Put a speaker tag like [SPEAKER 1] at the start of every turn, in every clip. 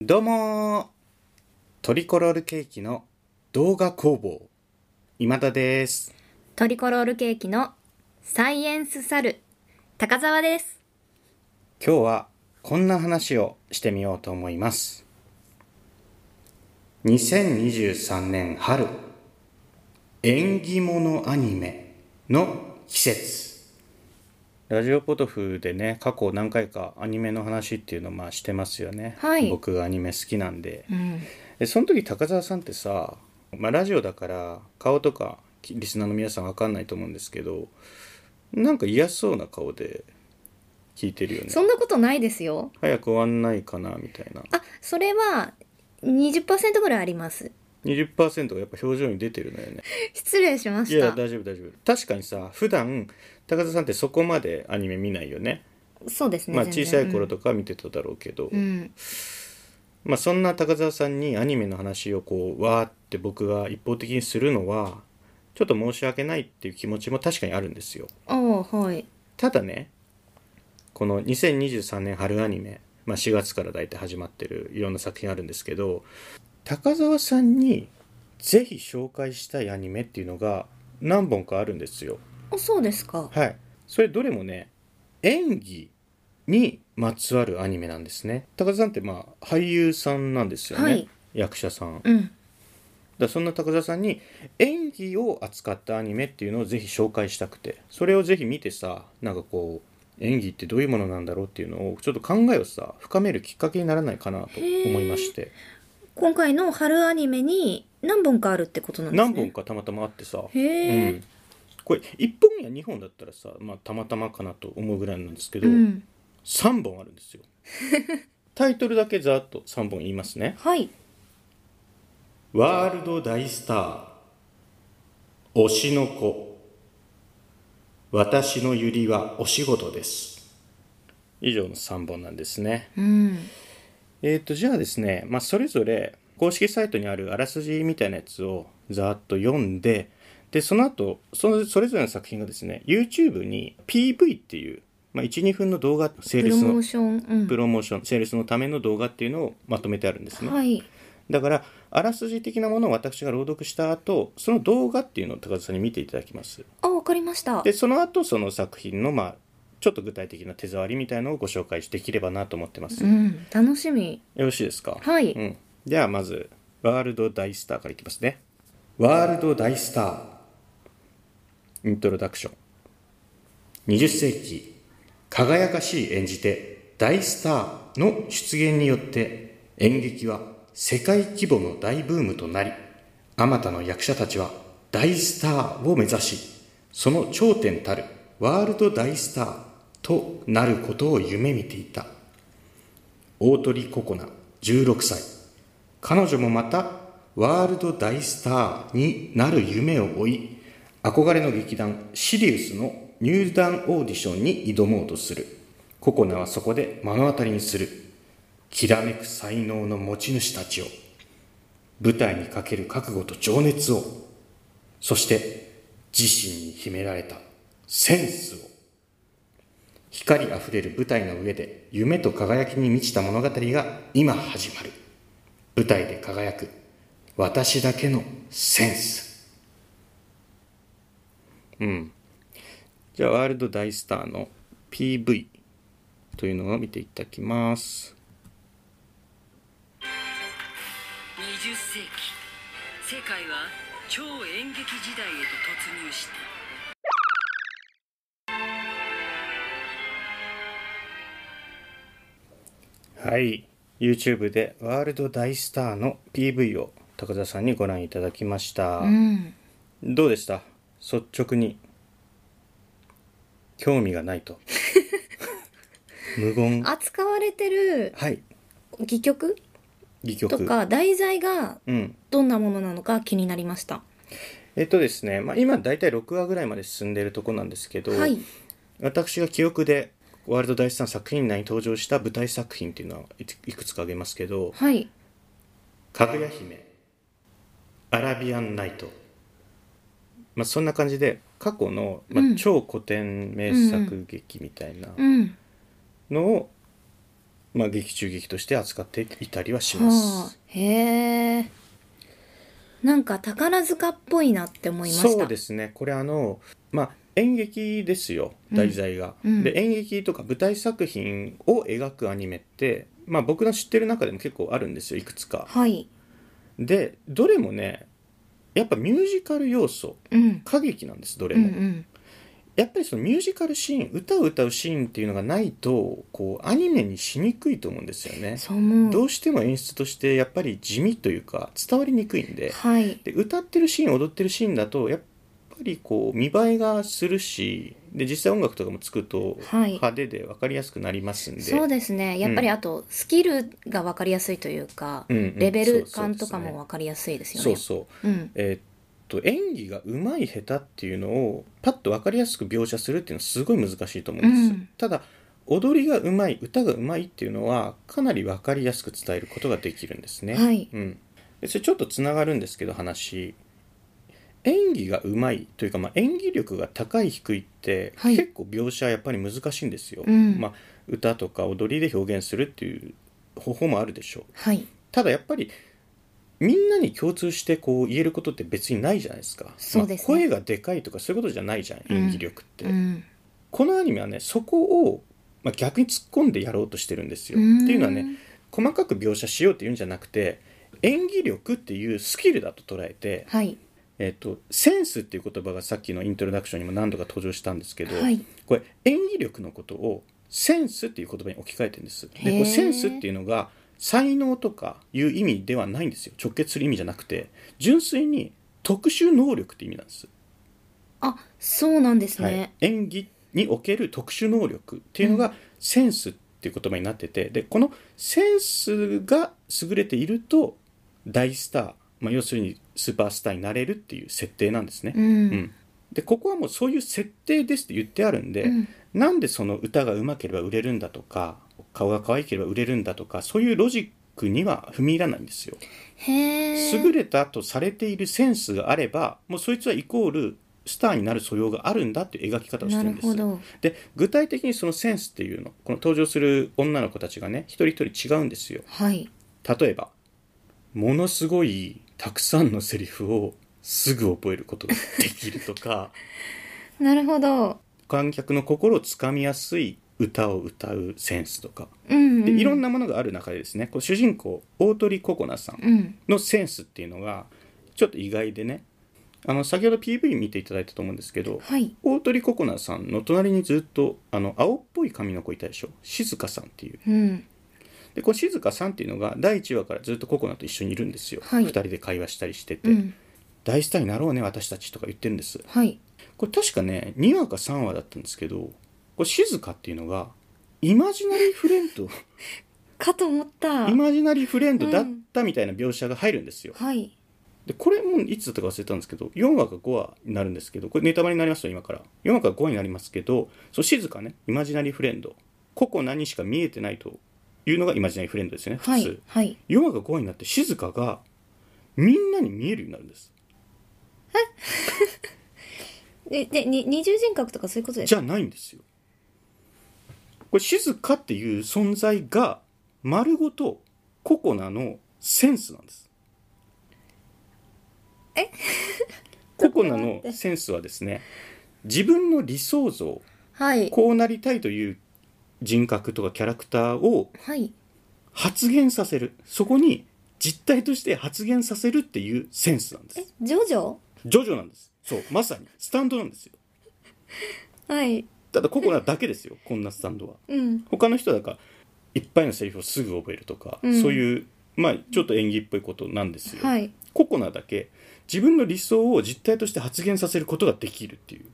[SPEAKER 1] どうもートリコロールケーキの動画工房今田です
[SPEAKER 2] トリコロールケーキのサイエンスサル高澤です
[SPEAKER 1] 今日はこんな話をしてみようと思います2023年春縁起物アニメの季節ラジオポトフでね過去何回かアニメの話っていうのをまあしてますよね、
[SPEAKER 2] はい
[SPEAKER 1] 僕がアニメ好きなんで
[SPEAKER 2] うん
[SPEAKER 1] えその時高澤さんってさ、まあ、ラジオだから顔とかきリスナーの皆さんわかんないと思うんですけどなんか嫌そうな顔で聞いてるよね
[SPEAKER 2] そんなことないですよ
[SPEAKER 1] 早く終わんないかなみたいな
[SPEAKER 2] あそれは20%ぐらいあります
[SPEAKER 1] 20%がやっぱ表情に出てるのよね
[SPEAKER 2] 失礼しま
[SPEAKER 1] い
[SPEAKER 2] し
[SPEAKER 1] や
[SPEAKER 2] た
[SPEAKER 1] 大丈夫大丈夫確かにさ普段高澤さんってそこまでアニメ見ないよね
[SPEAKER 2] そうですね
[SPEAKER 1] まあ
[SPEAKER 2] 全然
[SPEAKER 1] 小さい頃とか見てただろうけど、
[SPEAKER 2] うん、うん
[SPEAKER 1] まあ、そんな高澤さんにアニメの話をこうわーって僕が一方的にするのはちょっと申し訳ないっていう気持ちも確かにあるんですよ
[SPEAKER 2] ああはい
[SPEAKER 1] ただねこの2023年春アニメ、まあ、4月から大体始まってるいろんな作品あるんですけど高澤さんにぜひ紹介したいアニメっていうのが何本かあるんですよ
[SPEAKER 2] あそうですか
[SPEAKER 1] はいそれどれもね演技にまつわるアニメなんですね高澤さんってまあ俳優さんなんですよね、
[SPEAKER 2] はい
[SPEAKER 1] 役者さん
[SPEAKER 2] うん
[SPEAKER 1] だからそんな高田さんに演技を扱ったアニメっていうのをぜひ紹介したくてそれをぜひ見てさなんかこう演技ってどういうものなんだろうっていうのをちょっと考えをさ深めるきっかけにならないかなと思いまして
[SPEAKER 2] 今回の春アニメに何本かあるってことなんです
[SPEAKER 1] 何
[SPEAKER 2] ね
[SPEAKER 1] 本かたまたまあってさ、
[SPEAKER 2] へ
[SPEAKER 1] う
[SPEAKER 2] え
[SPEAKER 1] ん、これ1本や2本だったらさ、まあ、たまたまかなと思うぐらいなんですけど、
[SPEAKER 2] うん
[SPEAKER 1] 3本あるん ですよタイトルだけざーっと3本言いますね
[SPEAKER 2] はい
[SPEAKER 1] ワールド大スター推しの子私のゆりはお仕事です以上の3本なんですね
[SPEAKER 2] うん
[SPEAKER 1] えっ、とじゃあですね、まあ、それぞれ公式サイトにあるあらすじみたいなやつをざーっと読んででその後そのそれぞれの作品がですね YouTube に PV っていう、まあ、12分の動画セー
[SPEAKER 2] プ
[SPEAKER 1] ル
[SPEAKER 2] ロ
[SPEAKER 1] ス
[SPEAKER 2] モー
[SPEAKER 1] の
[SPEAKER 2] ションうん
[SPEAKER 1] プロモーションセールスのための動画っていうのをまとめてあるんですね、
[SPEAKER 2] はい
[SPEAKER 1] だからあらすじ的なものを私が朗読した後その動画っていうのを高田さんに見ていただきます
[SPEAKER 2] あわかりました
[SPEAKER 1] でその後その作品のまあちょっと具体的な手触りみたいのをご紹介できればなと思ってます、
[SPEAKER 2] う
[SPEAKER 1] よ
[SPEAKER 2] ん楽しみ
[SPEAKER 1] ろしいですか
[SPEAKER 2] はい
[SPEAKER 1] うん、ではまずワールド大スターからいきますねワールド大スターイントロダクション20世紀輝かしい演じ手大スターの出現によって演劇は世界規模の大ブームとなりあまたの役者たちは大スターを目指しその頂点たるワールド大スターとなることを夢見ていた大鳥ココナ16歳彼女もまたワールド大スターになる夢を追い憧れの劇団シリウスの入団オーディションに挑もうとするココナはそこで目の当たりにするきらめく才能の持ち主たちを舞台にかける覚悟と情熱をそして自身に秘められたセンスを光あふれる舞台の上で夢と輝きに満ちた物語が今始まる舞台で輝く私だけのセンスうんじゃあワールド大スターの PV というのを見ていただきます
[SPEAKER 3] 20世紀世界は超演劇時代へと突入した
[SPEAKER 1] はい YouTube でワールド大スターの PV を高田さんにご覧いただきました、
[SPEAKER 2] うん
[SPEAKER 1] どうでした率直に興味がない と無言
[SPEAKER 2] 扱われてる
[SPEAKER 1] はい
[SPEAKER 2] 戯曲
[SPEAKER 1] 戯曲
[SPEAKER 2] とか題材が
[SPEAKER 1] うん
[SPEAKER 2] どんなものなのか気になりました
[SPEAKER 1] えっとですね、まあ、今大体6話ぐらいまで進んでいるとこなんですけど、
[SPEAKER 2] はい
[SPEAKER 1] 私が記憶でワールド大スターの作品内に登場した舞台作品っていうのはいくいくつか挙げますけど
[SPEAKER 2] はい
[SPEAKER 1] 「かぐや姫」「アラビアンナイト」まあ、そんな感じで過去の、まあ
[SPEAKER 2] うん
[SPEAKER 1] 超古典名作劇みたいな
[SPEAKER 2] うん
[SPEAKER 1] のをまあ、劇中劇として扱っていたりはします
[SPEAKER 2] はあ、へえなんか宝塚っぽいなって思いました
[SPEAKER 1] そうですねこれあのまあ演劇ですよ題材が、
[SPEAKER 2] うん
[SPEAKER 1] で演劇とか舞台作品を描くアニメって、まあ、僕の知ってる中でも結構あるんですよいくつか
[SPEAKER 2] はい
[SPEAKER 1] でどれもねやっぱミュージカル要素
[SPEAKER 2] うん
[SPEAKER 1] 歌劇なんですどれ
[SPEAKER 2] うんう
[SPEAKER 1] も、
[SPEAKER 2] ん
[SPEAKER 1] やっぱりそのミュージカルシーン歌を歌うシーンっていうのがないとこうアニメにしにくいと思うんですよね
[SPEAKER 2] そう思う
[SPEAKER 1] どうしても演出としてやっぱり地味というか伝わりにくいんで
[SPEAKER 2] はい
[SPEAKER 1] で歌ってるシーン踊ってるシーンだとやっぱりこう見栄えがするしで実際音楽とかもつくと
[SPEAKER 2] はい
[SPEAKER 1] 派手で分かりやすくなりますんで、
[SPEAKER 2] そうですねやっぱりあとスキルが分かりやすいというか、
[SPEAKER 1] うんうん
[SPEAKER 2] レベル
[SPEAKER 1] そうそう
[SPEAKER 2] 感
[SPEAKER 1] です
[SPEAKER 2] と
[SPEAKER 1] ね
[SPEAKER 2] かも分かりやすいですよ
[SPEAKER 1] そう
[SPEAKER 2] ね
[SPEAKER 1] そう
[SPEAKER 2] うん
[SPEAKER 1] えーっと演技が上手い下手っていうのをパッと分かりやすく描写するっていうのはすごい難しいと思うんです、
[SPEAKER 2] うん
[SPEAKER 1] ただ踊りが上手い歌が上手いっていうのはかなり分かりやすく伝えることができるんですね、
[SPEAKER 2] はい
[SPEAKER 1] うん、でそれちょっとつながるんですけど話演技が上手いというか、まあ、演技力が高い低いって、
[SPEAKER 2] はい
[SPEAKER 1] 結構描写はやっぱり難しいんですよ、
[SPEAKER 2] うん
[SPEAKER 1] まあ、歌とか踊りで表現するっていう方法もあるでしょう
[SPEAKER 2] はい
[SPEAKER 1] ただやっぱりみんなに共通してこう言えることって別にないじゃないですか
[SPEAKER 2] そうですね
[SPEAKER 1] まあ声がでかいとかそういうことじゃないじゃん、
[SPEAKER 2] うん
[SPEAKER 1] 演技力って、
[SPEAKER 2] うん
[SPEAKER 1] このアニメはねそこを、まあ、逆に突っ込んでやろうとしてるんですよ
[SPEAKER 2] うーん
[SPEAKER 1] っていうのはね細かく描写しようっていうんじゃなくて演技力っていうスキルだと捉えて、
[SPEAKER 2] はい
[SPEAKER 1] えっとセンスっていう言葉がさっきのイントロダクションにも何度か登場したんですけど、
[SPEAKER 2] はい
[SPEAKER 1] これ演技力のことをセンスっていう言葉に置き換えてるんです
[SPEAKER 2] へ
[SPEAKER 1] で
[SPEAKER 2] ー
[SPEAKER 1] これセンスっていうのが才能とかいう意味ではないんですよ直結する意味じゃなくて純粋に特殊能力って意味なんです、
[SPEAKER 2] あそうなんです
[SPEAKER 1] はい
[SPEAKER 2] ね、
[SPEAKER 1] 演技における特殊能力っていうのがセンスっていう言葉になっててでこのセンスが優れていると大スター、まあ、要するにスーパースターになれるっていう設定なんですね、
[SPEAKER 2] うん、
[SPEAKER 1] うんでここはもうそういう設定ですって言ってあるんで、
[SPEAKER 2] うん
[SPEAKER 1] なんでその歌が上手ければ売れるんだとか顔が可愛ければ売れるんだとかそういうロジックには踏み入らないんですよ。
[SPEAKER 2] へえ
[SPEAKER 1] 優れたとされているセンスがあればもうそいつはイコールスターになる素養があるんだっていう描き方をしてるんです。
[SPEAKER 2] なるほど
[SPEAKER 1] で具体的にそのセンスっていうのこの登場する女の子たちがね一人一人違うんですよ。
[SPEAKER 2] はい
[SPEAKER 1] 例えばものすごいたくさんのセリフをすぐ覚えることができるとか。
[SPEAKER 2] なるほど
[SPEAKER 1] 観客の心をつかみやすい歌を歌うセンスとか
[SPEAKER 2] うん、うん、
[SPEAKER 1] でいろんなものがある中でですねこう主人公大鳥ココナさん
[SPEAKER 2] うん
[SPEAKER 1] のセンスっていうのがちょっと意外でねあの先ほど PV 見ていただいたと思うんですけど
[SPEAKER 2] はい
[SPEAKER 1] 大鳥ココナさんの隣にずっとあの青っぽい髪の子いたでしょ静香さんっていう
[SPEAKER 2] うん
[SPEAKER 1] でこの静香さんっていうのが第1話からずっとココナと一緒にいるんですよ、
[SPEAKER 2] は
[SPEAKER 1] 二
[SPEAKER 2] い
[SPEAKER 1] 2人で会話したりしてて、
[SPEAKER 2] うん
[SPEAKER 1] 大スターになろうね私たちとか言ってるんです
[SPEAKER 2] はい
[SPEAKER 1] これ確かね2話か3話だったんですけどこれ静かっていうのがイマジナリーフレンド
[SPEAKER 2] かと思った
[SPEAKER 1] イマジナリーフレンドだったみたいな描写が入るんですよ、
[SPEAKER 2] はい
[SPEAKER 1] でこれもいつだったか忘れたんですけど4話か5話になるんですけどこれネタバレになりますよ今から4話か5話になりますけどそう静かねイマジナリーフレンド個々何しか見えてないというのがイマジナリーフレンドですよね普通、
[SPEAKER 2] はいはい
[SPEAKER 1] 4話か5話になって静かがみんなに見えるようになるんです
[SPEAKER 2] ででに二重人格とかそういうことです
[SPEAKER 1] じ
[SPEAKER 2] か
[SPEAKER 1] ゃないんですよ。これ静かっていう存在が丸ごとココナのセンスなんです。
[SPEAKER 2] え
[SPEAKER 1] ココナのセンスはですね自分の理想像
[SPEAKER 2] はい
[SPEAKER 1] こうなりたいという人格とかキャラクターを
[SPEAKER 2] はい
[SPEAKER 1] 発言させるそこに実体として発言させるっていうセンスなんで
[SPEAKER 2] え
[SPEAKER 1] す。
[SPEAKER 2] ジョジョ
[SPEAKER 1] ジョジョなんです。そうまさにスタンドなんですよ。
[SPEAKER 2] はい
[SPEAKER 1] ただココナだけですよこんなスタンドは。
[SPEAKER 2] うん
[SPEAKER 1] 他の人はだからいっぱいのセリフをすぐ覚えるとか、
[SPEAKER 2] うん
[SPEAKER 1] そういうまあちょっと演技っぽいことなんですよ、
[SPEAKER 2] はい
[SPEAKER 1] ココナだけ自分の理想を実体として発言させることができるっていう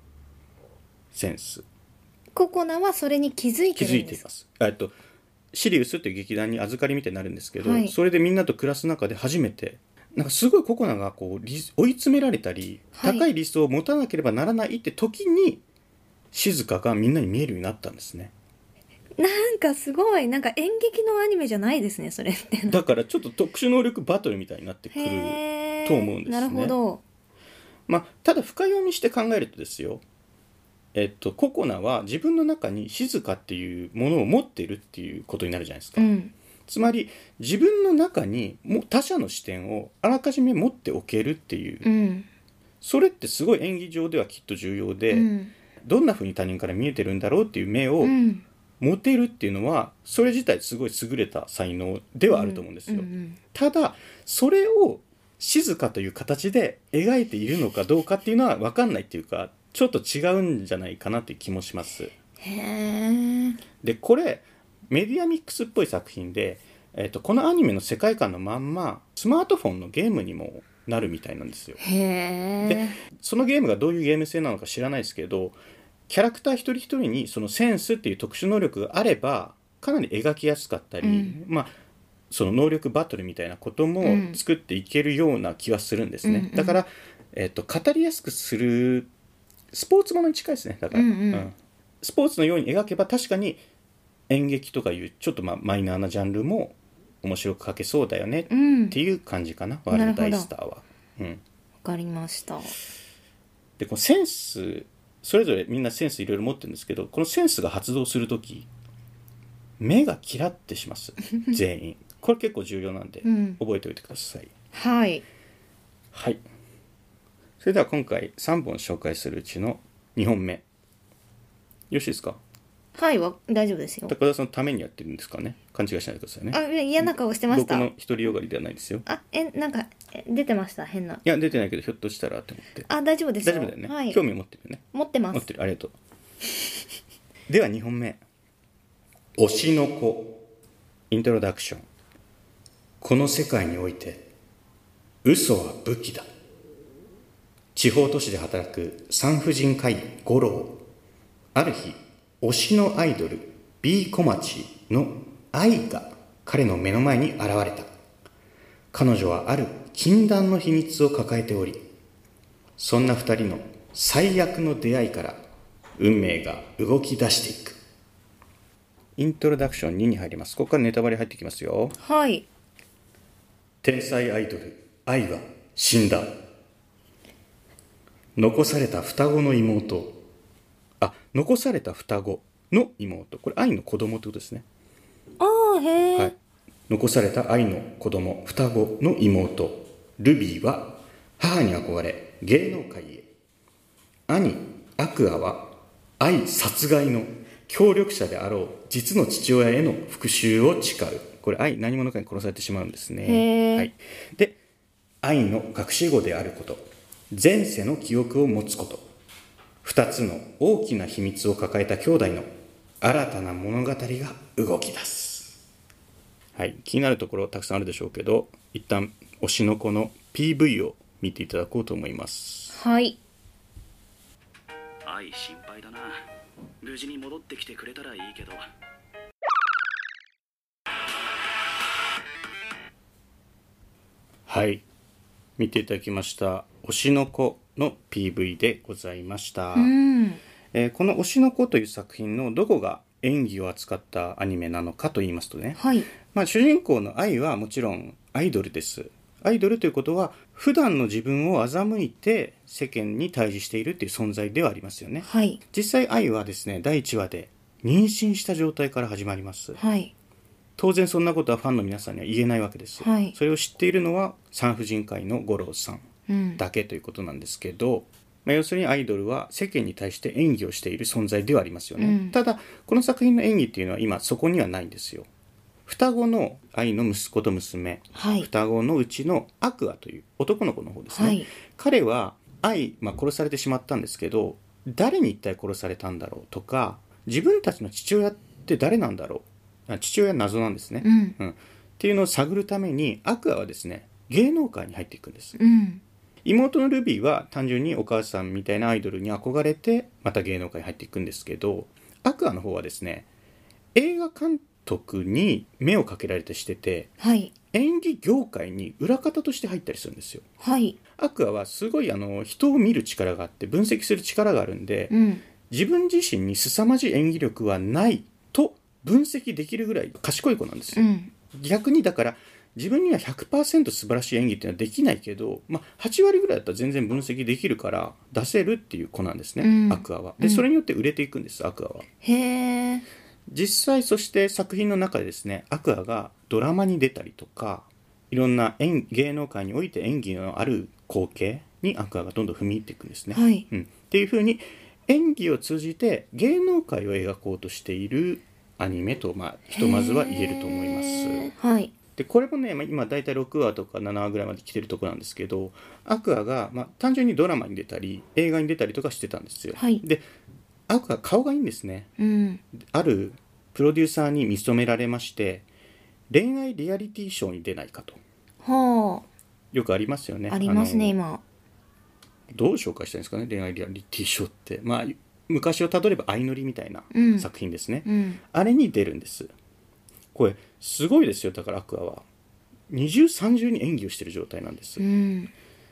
[SPEAKER 1] センス
[SPEAKER 2] ココナはそれに気づい
[SPEAKER 1] 気
[SPEAKER 2] て
[SPEAKER 1] づ
[SPEAKER 2] るん
[SPEAKER 1] いて
[SPEAKER 2] で
[SPEAKER 1] い
[SPEAKER 2] す
[SPEAKER 1] ますえっとシリウスっていう劇団に預かりみたいになるんですけど、
[SPEAKER 2] はい
[SPEAKER 1] それでみんなと暮らす中で初めてなんかすごいココナがこうり追い詰められたり、
[SPEAKER 2] はい
[SPEAKER 1] 高い理想を持たなければならないって時に静かがみんなに見えるようになったんですね
[SPEAKER 2] なんかすごいなんか演劇のアニメじゃないですねそれって
[SPEAKER 1] だからちょっと特殊能力バトルみたいになってくる
[SPEAKER 2] へえ
[SPEAKER 1] と思うんですね
[SPEAKER 2] なるほど
[SPEAKER 1] まあ、ただ深読みして考えるとですよ、ええっと、ココナは自分の中に静かっていうものを持ってるっていうことになるじゃないですか、
[SPEAKER 2] うん
[SPEAKER 1] つまり自分の中にも他者の視点をあらかじめ持っておけるっていう、
[SPEAKER 2] うん
[SPEAKER 1] それってすごい演技上ではきっと重要で、
[SPEAKER 2] うん
[SPEAKER 1] どんな風に他人から見えてるんだろうっていう目を
[SPEAKER 2] うん
[SPEAKER 1] 持てるっていうのはそれ自体すごい優れた才能ではあると思うんですよ、
[SPEAKER 2] うんうん
[SPEAKER 1] ただそれを静かという形で描いているのかどうかっていうのは分かんないっていうかちょっと違うんじゃないかなっていう気もします
[SPEAKER 2] へえ
[SPEAKER 1] でこれメディアミックスっぽい作品で、えっとこのアニメの世界観のまんまスマートフォンのゲームにもなるみたいなんですよ
[SPEAKER 2] へえ
[SPEAKER 1] そのゲームがどういうゲーム性なのか知らないですけどキャラクター一人一人にそのセンスっていう特殊能力があればかなり描きやすかったり、
[SPEAKER 2] うん
[SPEAKER 1] まあその能力バトルみたいなことも
[SPEAKER 2] うん
[SPEAKER 1] 作っていけるような気はするんですね、
[SPEAKER 2] うんうん
[SPEAKER 1] だから、えっと語りやすくするスポーツものに近いですねだから、
[SPEAKER 2] うんうん
[SPEAKER 1] スポーツのように描けば確かに演劇とかいうちょっとまあマイナーなジャンルも面白く描けそうだよねっ
[SPEAKER 2] うん
[SPEAKER 1] ていう感じかな、
[SPEAKER 2] うん
[SPEAKER 1] ワールドダイスターは。うん
[SPEAKER 2] わかりました
[SPEAKER 1] でこのセンスそれぞれみんなセンスいろいろ持ってるんですけどこのセンスが発動する時目がキラッてします 全員これ結構重要なんで、
[SPEAKER 2] うん
[SPEAKER 1] 覚えておいてください
[SPEAKER 2] はい
[SPEAKER 1] はいそれでは今回3本紹介するうちの2本目よろしいですか
[SPEAKER 2] はいわ大丈夫ですよ
[SPEAKER 1] 高田さんのためにやってるんですかね勘違いしないでくださいね
[SPEAKER 2] あいや嫌な顔してまし
[SPEAKER 1] 僕
[SPEAKER 2] た
[SPEAKER 1] の独りよがりではないですよ
[SPEAKER 2] あえなんかえ出てました変ない
[SPEAKER 1] や出てないけどひょっとしたらと思って
[SPEAKER 2] あ大丈夫です
[SPEAKER 1] 大
[SPEAKER 2] よ
[SPEAKER 1] 丈夫だよね、
[SPEAKER 2] はい
[SPEAKER 1] 興味を持ってるよね
[SPEAKER 2] 持ってま
[SPEAKER 1] 持っ
[SPEAKER 2] す
[SPEAKER 1] てるありがと うでは2本目「推しの子」イントロダクションこの世界において嘘は武器だ地方都市で働く産婦人科医五郎ある日推しのアイドル B 小町の愛が彼の目の前に現れた彼女はある禁断の秘密を抱えておりそんな二人の最悪の出会いから運命が動き出していくイントロダクション2に入りますここからネタバレ入ってきますよ
[SPEAKER 2] はい
[SPEAKER 1] 天才アイドル愛は死んだ残された双子の妹あ残された双子の妹これ愛の子供ってことですね
[SPEAKER 2] あーへえ、
[SPEAKER 1] はい、残された愛の子供双子の妹ルビーは母に憧れ芸能界へ兄アクアは愛殺害の協力者であろう実の父親への復讐を誓うこれ愛何者かに殺されてしまうんです
[SPEAKER 2] へ
[SPEAKER 1] ね、
[SPEAKER 2] ー
[SPEAKER 1] はい、で愛の隠し子であること前世の記憶を持つこと2つの大きな秘密を抱えた兄弟の新たな物語が動き出すはい、気になるところたくさんあるでしょうけど一旦推しの子の PV を見ていただこうと思います
[SPEAKER 2] はい
[SPEAKER 4] 愛心配だな無事に戻ってきてくれたらいいけど
[SPEAKER 1] はい見ていただきました推しの子の PV でございました、
[SPEAKER 2] うん
[SPEAKER 1] えーこの推しの子という作品のどこが演技を扱ったアニメなのかと言いますとね、
[SPEAKER 2] はい
[SPEAKER 1] まあ、主人公の愛はもちろんアイドルですアイドルということは普段の自分を欺いて世間に対峙しているという存在ではありますよね
[SPEAKER 2] はい
[SPEAKER 1] 実際愛はですね第1話で妊娠した状態から始まります
[SPEAKER 2] はい
[SPEAKER 1] 当然そんなことはファンの皆さんには言えないわけです、
[SPEAKER 2] はい
[SPEAKER 1] それを知っているのは産婦人科医の五郎さん
[SPEAKER 2] うん
[SPEAKER 1] だけということなんですけど、まあ、要するにアイドルは世間に対して演技をしている存在ではありますよね、
[SPEAKER 2] うん
[SPEAKER 1] ただこの作品の演技っていうのは今そこにはないんですよ双子の愛の息子と娘、
[SPEAKER 2] はい
[SPEAKER 1] 双子のうちのアクアという男の子の方ですね、
[SPEAKER 2] はい
[SPEAKER 1] 彼は愛、まあ、殺されてしまったんですけど誰に一体殺されたんだろうとか自分たちの父親って誰なんだろうあ父親は謎なんですね、
[SPEAKER 2] うん
[SPEAKER 1] っていうのを探るためにアクアはですね芸能界に入っていくんです
[SPEAKER 2] うん
[SPEAKER 1] 妹のルビーは単純にお母さんみたいなアイドルに憧れてまた芸能界に入っていくんですけどアクアの方はですね映画監督に目をかけられてしてて
[SPEAKER 2] はい
[SPEAKER 1] 演技業界に裏方として入ったりするんですよ
[SPEAKER 2] はい
[SPEAKER 1] アクアはすごいあの人を見る力があって分析する力があるんで
[SPEAKER 2] うん
[SPEAKER 1] 自分自身に凄まじい演技力はないと分析できるぐらい賢い子なんですよ
[SPEAKER 2] うん
[SPEAKER 1] 逆にだから自分には100%素晴らしい演技っていうのはできないけど、まあ、8割ぐらいだったら全然分析できるから出せるっていう子なんですね、
[SPEAKER 2] うん
[SPEAKER 1] アクアは。でそれによって売れていくんですアクアは。
[SPEAKER 2] へえ。
[SPEAKER 1] 実際そして作品の中でですねアクアがドラマに出たりとかいろんな演芸能界において演技のある光景にアクアがどんどん踏み入っていくんですね。
[SPEAKER 2] はい
[SPEAKER 1] うん、っていうふうに演技を通じて芸能界を描こうとしているアニメと、まあ、ひとまずは言えると思います。
[SPEAKER 2] す。はい。
[SPEAKER 1] でこれもねまあ今大体6話とか7話ぐらいまで来てるとこなんですけどアクアが、まあ、単純にドラマに出たり映画に出たりとかしてたんですよ。
[SPEAKER 2] はい
[SPEAKER 1] でアクア顔がいいんですね。
[SPEAKER 2] うん。
[SPEAKER 1] あるプロデューサーに見初められまして恋愛リアリティショーに出ないかと
[SPEAKER 2] は
[SPEAKER 1] よくありますよね
[SPEAKER 2] あ。ありますね
[SPEAKER 1] あの
[SPEAKER 2] 今。
[SPEAKER 1] どう紹介したいんですかね恋愛リアリティショーってまあ昔をたどれば相乗りみたいな
[SPEAKER 2] うん
[SPEAKER 1] 作品ですね、
[SPEAKER 2] うん。
[SPEAKER 1] あれに出るんですこれすごいですよだからアクアは二重三重に演技をしてる状態なんです、
[SPEAKER 2] うん。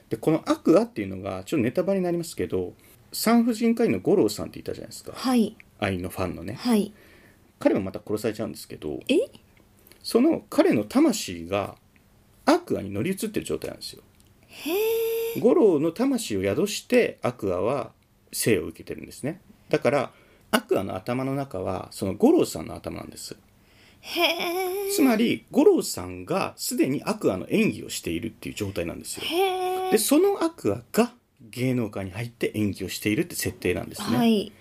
[SPEAKER 1] でこのアクアっていうのがちょっとネタバレになりますけど産婦人科医の五郎さんっていたじゃないですか
[SPEAKER 2] はい
[SPEAKER 1] 愛のファンのね
[SPEAKER 2] はい。
[SPEAKER 1] 彼もまた殺されちゃうんですけど
[SPEAKER 2] え？
[SPEAKER 1] その彼の魂がアクアに乗り移ってる状態なんですよ。五郎の魂を宿してアクアは生を受けてるんですね。だからアクアの頭の中はその五郎さんの頭なんです。
[SPEAKER 2] へえ。
[SPEAKER 1] つまり五郎さんがすでにアクアの演技をしているっていう状態なんですよ。
[SPEAKER 2] へ
[SPEAKER 1] で
[SPEAKER 2] え。
[SPEAKER 1] そのアクアが芸能界に入って演技をしているって設定なんですね。
[SPEAKER 2] はい。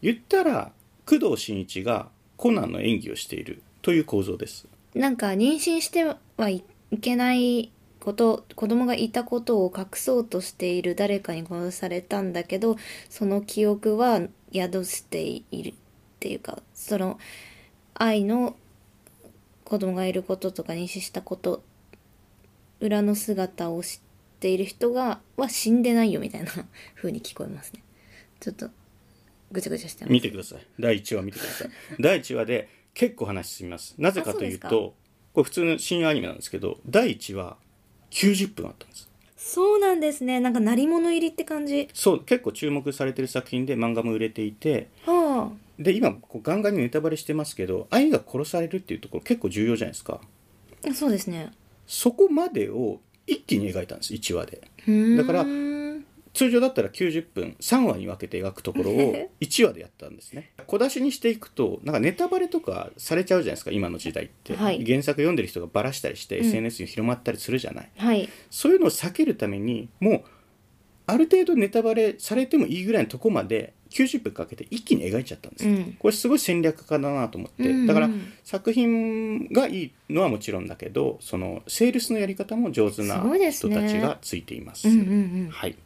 [SPEAKER 1] 言ったら工藤新一がコナンの演技をしているという構造です。
[SPEAKER 2] なんか妊娠してはいけないこと子供がいたことを隠そうとしている誰かに殺されたんだけどその記憶は宿しているっていうかその愛の子供がいることとか妊娠したこと裏の姿を知っている人がは死んでないよみたいな風に聞こえますねちょっとぐちゃぐちゃしてます
[SPEAKER 1] 見てください第1話見てくだ さい第1話で結構話進みますなぜかという
[SPEAKER 2] あそうで
[SPEAKER 1] とこれ普通の新アニメなんですけど第1話90分あったんです
[SPEAKER 2] そうなんですねなんか鳴り物入りって感じ
[SPEAKER 1] そう結構注目されてる作品で漫画も売れていて
[SPEAKER 2] はあ
[SPEAKER 1] で今こうガンガンにネタバレしてますけど愛が殺されるっていうところ結構重要じゃないですか
[SPEAKER 2] あそうですね
[SPEAKER 1] そこまでを一気に描いたんです1話でだ
[SPEAKER 2] だ
[SPEAKER 1] から
[SPEAKER 2] うん
[SPEAKER 1] 通常だったら90分3話に分けて描くところ を1話でやったんですね小出しにしていくとなんかネタバレとかされちゃうじゃないですか今の時代って、
[SPEAKER 2] はい
[SPEAKER 1] 原作読んでる人がバラしたりして、
[SPEAKER 2] うん
[SPEAKER 1] SNS に広まったりするじゃない
[SPEAKER 2] はい
[SPEAKER 1] そういうのを避けるためにもうある程度ネタバレされてもいいぐらいのとこまで90分かけて一気に描いちゃったんです、
[SPEAKER 2] うん
[SPEAKER 1] これすごい戦略家だなと思って、
[SPEAKER 2] うんうん
[SPEAKER 1] だから作品がいいのはもちろんだけどそのセールスのやり方も上手な
[SPEAKER 2] すごいで
[SPEAKER 1] 人
[SPEAKER 2] すね
[SPEAKER 1] たちがついています
[SPEAKER 2] うんうんうん
[SPEAKER 1] はい。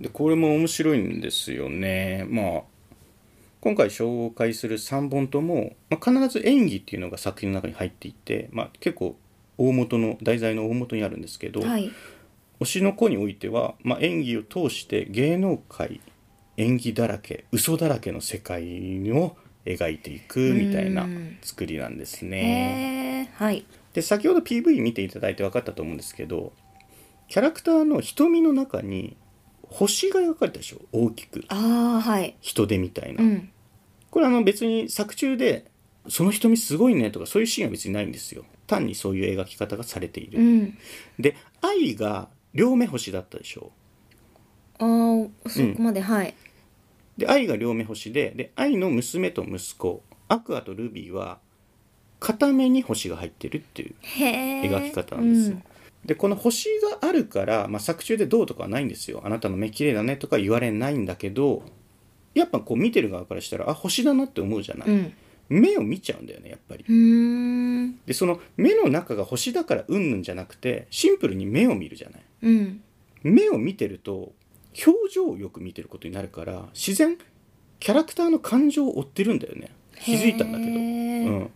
[SPEAKER 1] でこれも面白いんですよね。まあ今回紹介する3本とも、まあ、必ず演技っていうのが作品の中に入っていて、まあ、結構大元の題材の大元にあるんですけど、
[SPEAKER 2] はい
[SPEAKER 1] 推しの子においては、まあ、演技を通して芸能界演技だらけ嘘だらけの世界を描いていくみたいな
[SPEAKER 2] うん
[SPEAKER 1] 作りなんです
[SPEAKER 2] へ
[SPEAKER 1] ね。
[SPEAKER 2] えはい
[SPEAKER 1] で先ほど PV 見ていただいて分かったと思うんですけどキャラクターの瞳の中に星が描かれたでしょ大きく
[SPEAKER 2] ああはい
[SPEAKER 1] 人手みたいな、
[SPEAKER 2] うん
[SPEAKER 1] これあの別に作中で「その瞳すごいね」とかそういうシーンは別にないんですよ単にそういう描き方がされていうる、
[SPEAKER 2] ん
[SPEAKER 1] で愛が両目星だったでしょ
[SPEAKER 2] ああそこまではい
[SPEAKER 1] で愛が両目星でで愛の娘と息子アクアとルビーは片目に星が入ってるっていう
[SPEAKER 2] へえ
[SPEAKER 1] 描き方なんですよ。でこの星があるから、まあ、作中でどうとかはないんですよ。あなたの目綺麗だねとか言われないんだけどやっぱこう見てる側からしたらあ星だなって思うじゃない、
[SPEAKER 2] うん
[SPEAKER 1] 目を見ちゃうんだよねやっぱり。
[SPEAKER 2] うんうーん
[SPEAKER 1] でその目の中が星だからうんぬんじゃなくてシンプルに目を見るじゃない。
[SPEAKER 2] うん
[SPEAKER 1] 目を見てると表情をよく見てることになるから自然キャラクターの感情を追ってるんだよね気づいたんだけど、
[SPEAKER 2] へー
[SPEAKER 1] うん、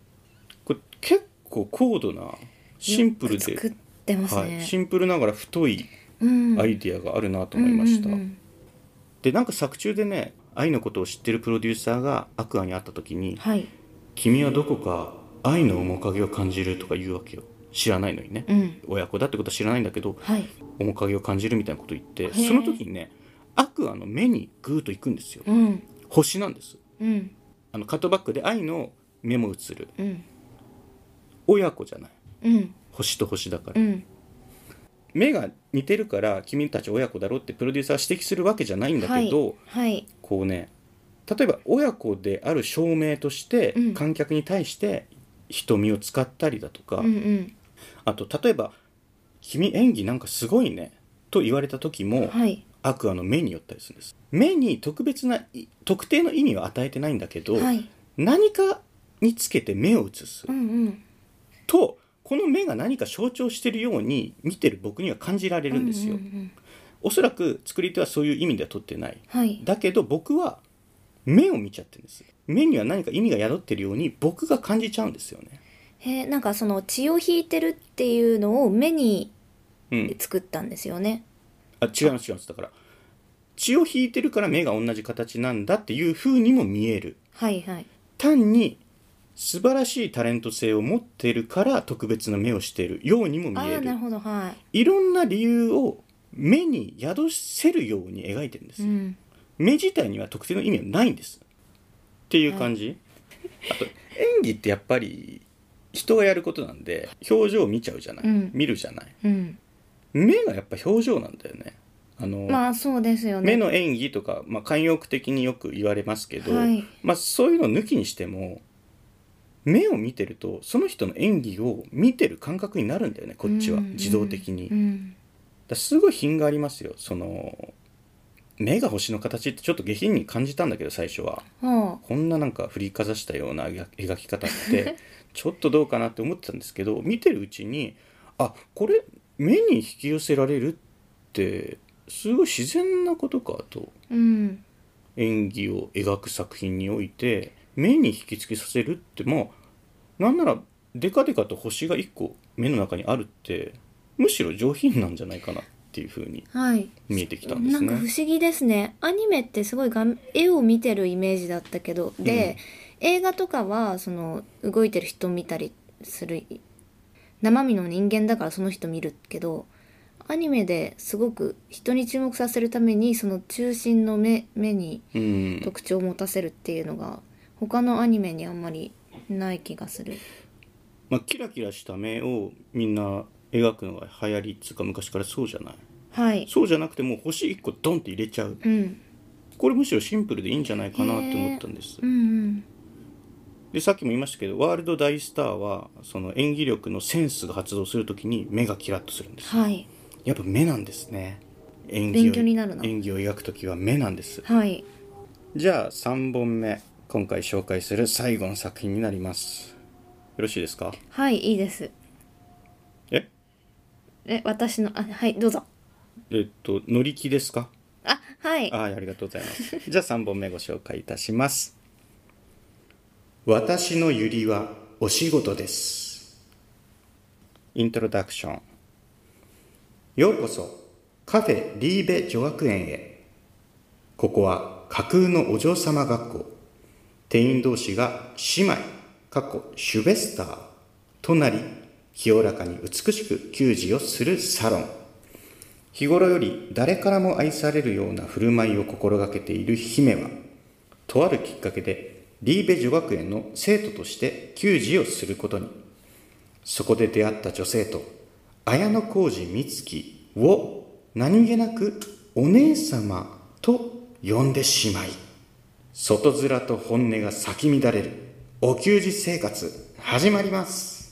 [SPEAKER 1] これ結構高度なシンプルで
[SPEAKER 2] よく作ってます
[SPEAKER 1] はい、
[SPEAKER 2] ね
[SPEAKER 1] シンプルながら太い
[SPEAKER 2] うん
[SPEAKER 1] アイディアがあるなと思いました、
[SPEAKER 2] うんうん
[SPEAKER 1] でなんか作中でね愛のことを知ってるプロデューサーがアクアに会った時
[SPEAKER 2] う
[SPEAKER 1] に
[SPEAKER 2] んはい
[SPEAKER 1] 「君はどこか愛の面影を感じる」とか言うわけよ知らないのにね、
[SPEAKER 2] うん
[SPEAKER 1] 親子だってことは知らないんだけど
[SPEAKER 2] はい
[SPEAKER 1] 面影を感じるみたいなこと言って
[SPEAKER 2] ー
[SPEAKER 1] その時にねアクアの目にグーッと行くんですよ
[SPEAKER 2] うん
[SPEAKER 1] 星なんです
[SPEAKER 2] うん
[SPEAKER 1] あのカットバックで愛の目も映る
[SPEAKER 2] うん
[SPEAKER 1] 親子じゃない
[SPEAKER 2] うん
[SPEAKER 1] 星と星だから、
[SPEAKER 2] うん
[SPEAKER 1] 目が似てるから君たち親子だろってプロデューサーは指摘するわけじゃないんだけど、
[SPEAKER 2] はい
[SPEAKER 1] こうね例えば親子である証明として
[SPEAKER 2] うん
[SPEAKER 1] 観客に対して瞳を使ったりだとか、
[SPEAKER 2] はいうんうん
[SPEAKER 1] あと例えば「君演技なんかすごいね」と言われた時も、
[SPEAKER 2] はい
[SPEAKER 1] アクアの目によったりするんです目に特別ない特定の意味は与えてないんだけど、
[SPEAKER 2] はい
[SPEAKER 1] 何かにつけて目を移す
[SPEAKER 2] うんうん
[SPEAKER 1] とこの目が何か象徴してるように見てる僕には感じられるんですよ、
[SPEAKER 2] うんうんうん
[SPEAKER 1] おそらく作り手はそういう意味では撮ってない
[SPEAKER 2] はい
[SPEAKER 1] だけど僕は目を見ちゃってるんです目には何か意味が宿ってるように僕が感じちゃうんですよね
[SPEAKER 2] へーなんかその血を引いてるっていうのを目に
[SPEAKER 1] うん
[SPEAKER 2] 作ったんですよね
[SPEAKER 1] あ違います違いますだから血を引いてるから目が同じ形なんだっていう風にも見える
[SPEAKER 2] はいはい
[SPEAKER 1] 単に素晴らしいタレント性を持ってるから特別な目をしてるようにも見
[SPEAKER 2] あ
[SPEAKER 1] え
[SPEAKER 2] あ
[SPEAKER 1] る
[SPEAKER 2] なるほどはい
[SPEAKER 1] ろんな理由を目に宿せるように描いてるんで
[SPEAKER 2] い、
[SPEAKER 1] す、
[SPEAKER 2] うん、
[SPEAKER 1] 目自体には特定の意味はないんですっていう感じ、あと演技ってやっぱり人がやることなんで表情を見ちゃうじゃない、
[SPEAKER 2] うん
[SPEAKER 1] 見るじゃない
[SPEAKER 2] うん、
[SPEAKER 1] 目がやっぱ表情なんだよねあの、
[SPEAKER 2] まあそうですよね
[SPEAKER 1] 目の演技とか、まあ、慣用句的によく言われますけど、
[SPEAKER 2] はい
[SPEAKER 1] まあ、そういうの抜きにしても目を見てるとその人の演技を見てる感覚になるんだよねこっちは
[SPEAKER 2] うんうん
[SPEAKER 1] 自動的に、
[SPEAKER 2] う
[SPEAKER 1] だか
[SPEAKER 2] ん
[SPEAKER 1] らすごい品がありますよその目が星の形ってちょっと下品に感じたんだけど最初は
[SPEAKER 2] は
[SPEAKER 1] こんななんか振りかざしたような描描き方って ちょっとどうかなって思ってたんですけど見てるうちにあこれ目に引き寄せられるってすごい自然なことかと
[SPEAKER 2] あうん
[SPEAKER 1] 演技を描く作品において目に引きつけさせるってまあなんならデカデカと星が1個目の中にあるってむしろ上品なんじゃないかなっていうふうに
[SPEAKER 2] はい
[SPEAKER 1] 見えてきたんで
[SPEAKER 2] な
[SPEAKER 1] す
[SPEAKER 2] んか不
[SPEAKER 1] ね。
[SPEAKER 2] 思議ですねアニメってすごい画面絵を見てるイメージだったけどで、映画とかはその動いてる人見たりする生身の人間だからその人見るけどアニメですごく人に注目させるためにその中心の目目に
[SPEAKER 1] うん、
[SPEAKER 2] 特徴を持たせるっていうのが他のアニメにあんまりない気がする。
[SPEAKER 1] まあ、キラキラした目をみんな描くのが流行りっつうか昔からそうじゃない
[SPEAKER 2] はい、
[SPEAKER 1] そうじゃなくてもう星1個ドンって入れちゃう
[SPEAKER 2] うん、
[SPEAKER 1] これむしろシンプルでいいんじゃないかなって思ったんです
[SPEAKER 2] うんうん
[SPEAKER 1] でさっきも言いましたけどワールド大スターはその演技力のセンスが発動するときに目がキラッとするんです
[SPEAKER 2] はい
[SPEAKER 1] やっぱ目なんですね演技を
[SPEAKER 2] 勉強になるな
[SPEAKER 1] 演技を描く時は目なんです
[SPEAKER 2] はい
[SPEAKER 1] じゃあ3本目今回紹介する最後の作品になりますよろしいですか
[SPEAKER 2] はいいいです。
[SPEAKER 1] え
[SPEAKER 2] え私のあはいどうぞ。
[SPEAKER 1] えっと乗り気ですか
[SPEAKER 2] あはい
[SPEAKER 1] あーありがとうございますじゃあ3本目ご紹介いたします私のゆりはお仕事ですイントロダクションようこそカフェリーベ女学園へここは架空のお嬢様学校店員同士が姉妹過去シュベスターとなり清らかに美しく給仕をするサロン日頃より誰からも愛されるような振る舞いを心がけている姫はとあるきっかけでリーベ女学園の生徒として給仕をすることにそこで出会った女性と綾小路美月を何気なくお姉様と呼んでしまい外面と本音が咲き乱れるお給仕生活始まります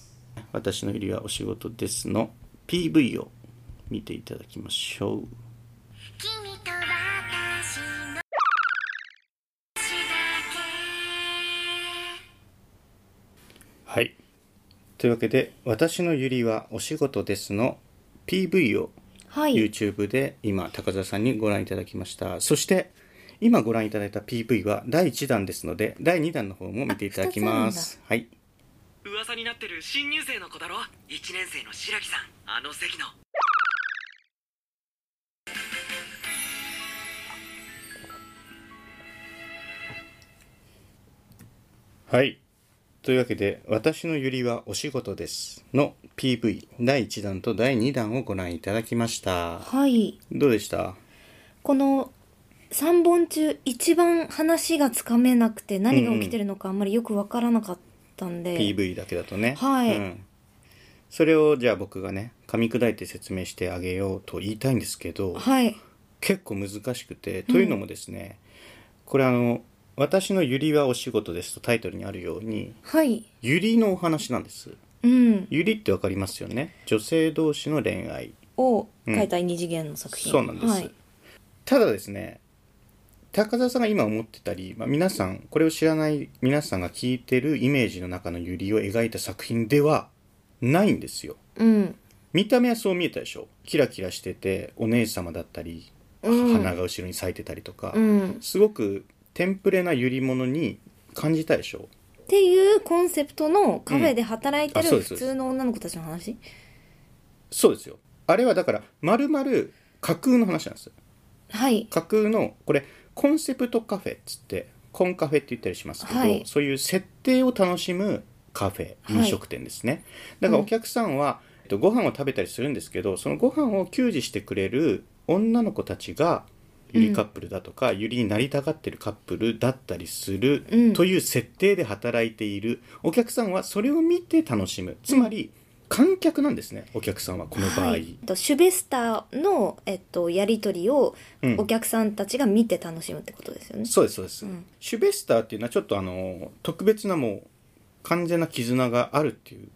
[SPEAKER 1] 私の入りはお仕事ですの PV を見ていただきましょう
[SPEAKER 5] 君と私の私だけ
[SPEAKER 1] はいというわけで「私のゆりはお仕事です」の PV を
[SPEAKER 2] はい
[SPEAKER 1] YouTube で今高澤さんにご覧いただきましたそして今ご覧いただいた PV は第1弾ですので第2弾の方も見ていただきますはい
[SPEAKER 3] 噂になってる新入生の子だろ1年生の白木さんあの席の
[SPEAKER 1] はいというわけで「私のゆりはお仕事です」の PV 第1弾と第2弾をご覧いただきました
[SPEAKER 2] はい
[SPEAKER 1] どうでした
[SPEAKER 2] この3本中一番話がつかめなくて何が起きてるのかあんまりよくわからなかったんで、
[SPEAKER 1] PV だけだとね
[SPEAKER 2] はい
[SPEAKER 1] うんそれをじゃあ僕がね噛み砕いて説明してあげようと言いたいんですけど
[SPEAKER 2] はい
[SPEAKER 1] 結構難しくてというのもですね、これあの「私のゆりはお仕事です」とタイトルにあるように
[SPEAKER 2] はい
[SPEAKER 1] ゆりのお話なんです
[SPEAKER 2] うん
[SPEAKER 1] ゆりってわかりますよね女性同士の恋愛
[SPEAKER 2] を書いた二次元の作品、
[SPEAKER 1] そうなんです、
[SPEAKER 2] はい、
[SPEAKER 1] ただですね高澤さんが今思ってたり、まあ、皆さんこれを知らない皆さんが聞いてるイメージの中のユリを描いた作品ではないんですよ
[SPEAKER 2] うん
[SPEAKER 1] 見た目はそう見えたでしょキラキラしててお姉様だったり、
[SPEAKER 2] うん
[SPEAKER 1] 花が後ろに咲いてたりとか、
[SPEAKER 2] うんっ
[SPEAKER 1] すごくテンプレなユリものに感じたでしょ
[SPEAKER 2] ていうコンセプトのカフェで働いて
[SPEAKER 1] うんあそう
[SPEAKER 2] る
[SPEAKER 1] です
[SPEAKER 2] 普通の女の子たちの話、
[SPEAKER 1] そうですよあれはだからまるまる架空の話なんです
[SPEAKER 2] はい
[SPEAKER 1] 架空のこれコンセプトカフェっつってコンカフェって言ったりしますけど、
[SPEAKER 2] はい
[SPEAKER 1] そういう設定を楽しむカフェ
[SPEAKER 2] はい
[SPEAKER 1] 飲食店ですね、だからお客さんは、えっとご飯を食べたりするんですけどそのご飯を給仕してくれる女の子たちがゆりカップルだとか、ゆりになりたがってるカップルだったりする、
[SPEAKER 2] うん
[SPEAKER 1] という設定で働いているお客さんはそれを見て楽しむつまり観客なんですねお客さんはこの場合、
[SPEAKER 2] はい、えっとシュベスターの、えっと、やり取りを
[SPEAKER 1] うん
[SPEAKER 2] お客さんたちが見て楽しむってことですよね、
[SPEAKER 1] そうですそうです、
[SPEAKER 2] うん
[SPEAKER 1] シュベスターっていうのはちょっとあの特別なもう完全な絆があるっていう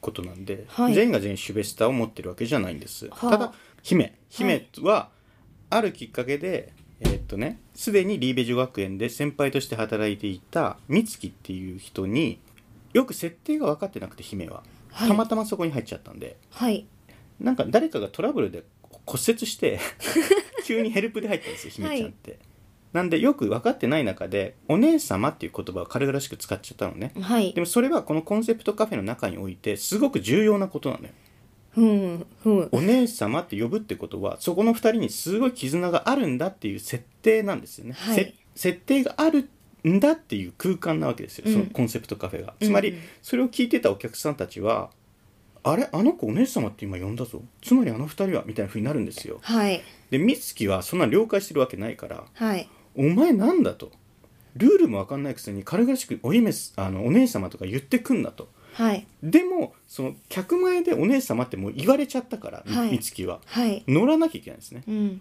[SPEAKER 1] ことなんで、
[SPEAKER 2] はい
[SPEAKER 1] 全員が全員シュベスターを持ってるわけじゃないんです、
[SPEAKER 2] はあ
[SPEAKER 1] ただ姫姫はあるきっかけで、えーっとねすでにリーベ女学園で先輩として働いていた美月っていう人によく設定が分かってなくて姫は、
[SPEAKER 2] はい
[SPEAKER 1] たまたまそこに入っちゃったんで
[SPEAKER 2] はい
[SPEAKER 1] なんか誰かがトラブルで骨折して 急にヘルプで入ったんですよ姫ちゃんって、なんでよく分かってない中で「お姉様」っていう言葉を軽々しく使っちゃったのね
[SPEAKER 2] はい
[SPEAKER 1] でもそれはこのコンセプトカフェの中においてすごく重要なことなのよ
[SPEAKER 2] ふむふむ
[SPEAKER 1] お姉様って呼ぶってことはそこの2人にすごい絆があるんだっていう設定なんですよね、
[SPEAKER 2] はい
[SPEAKER 1] せ設定があるんだっていう空間なわけですよ、
[SPEAKER 2] うん
[SPEAKER 1] そのコンセプトカフェがつま
[SPEAKER 2] うん
[SPEAKER 1] り
[SPEAKER 2] うん
[SPEAKER 1] それを聞いてたお客さんたちは「あれあの子お姉様って今呼んだぞつまりあの2人は」みたいな風になるんですよ
[SPEAKER 2] はい
[SPEAKER 1] で美月はそんな了解してるわけないから
[SPEAKER 2] はい
[SPEAKER 1] 「お前なんだ」と「ルールも分かんないくせに軽々しくお姫すあのお姉様とか言ってくんな」と。
[SPEAKER 2] はい
[SPEAKER 1] でもその客前で「お姉様ってもう言われちゃったから、
[SPEAKER 2] はい
[SPEAKER 1] 美月は
[SPEAKER 2] はい
[SPEAKER 1] 乗らなきゃいけないんですね
[SPEAKER 2] うん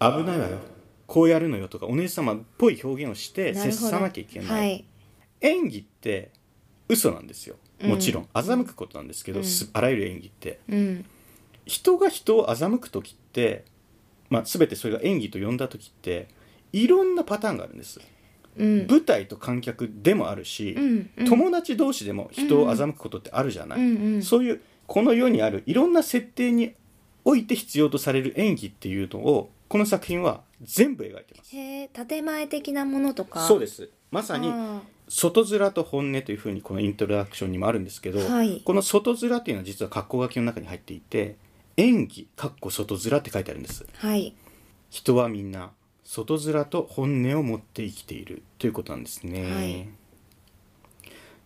[SPEAKER 1] 危ないわよこうやるのよとかお姉様っぽい表現をして
[SPEAKER 2] なる
[SPEAKER 1] 接
[SPEAKER 2] ほど
[SPEAKER 1] さなきゃいけない、
[SPEAKER 2] はい
[SPEAKER 1] 演技って嘘なんですよもちろん、欺くことなんですけど、
[SPEAKER 2] うん
[SPEAKER 1] すあらゆる演技って
[SPEAKER 2] うん
[SPEAKER 1] 人が人を欺く時って、まあ、全てそれが演技と呼んだ時っていろんなパターンがあるんです、
[SPEAKER 2] うん
[SPEAKER 1] 舞台と観客でもあるし、
[SPEAKER 2] うんうん
[SPEAKER 1] 友達同士でも人を欺くことってあるじゃない、
[SPEAKER 2] うんうん
[SPEAKER 1] そういうこの世にあるいろんな設定において必要とされる演技っていうのをこの作品は全部描いてます
[SPEAKER 2] へえ建前的なものとか
[SPEAKER 1] そうですすまさに外面と本音というふうにこのイントロダクションにもあるんですけど、
[SPEAKER 2] はい
[SPEAKER 1] この外面っていうのは実は括弧書きの中に入っていて演技括弧外面って書いてあるんです
[SPEAKER 2] はい
[SPEAKER 1] 人はみんな外面と本音を持って生きているということなんですね、
[SPEAKER 2] はい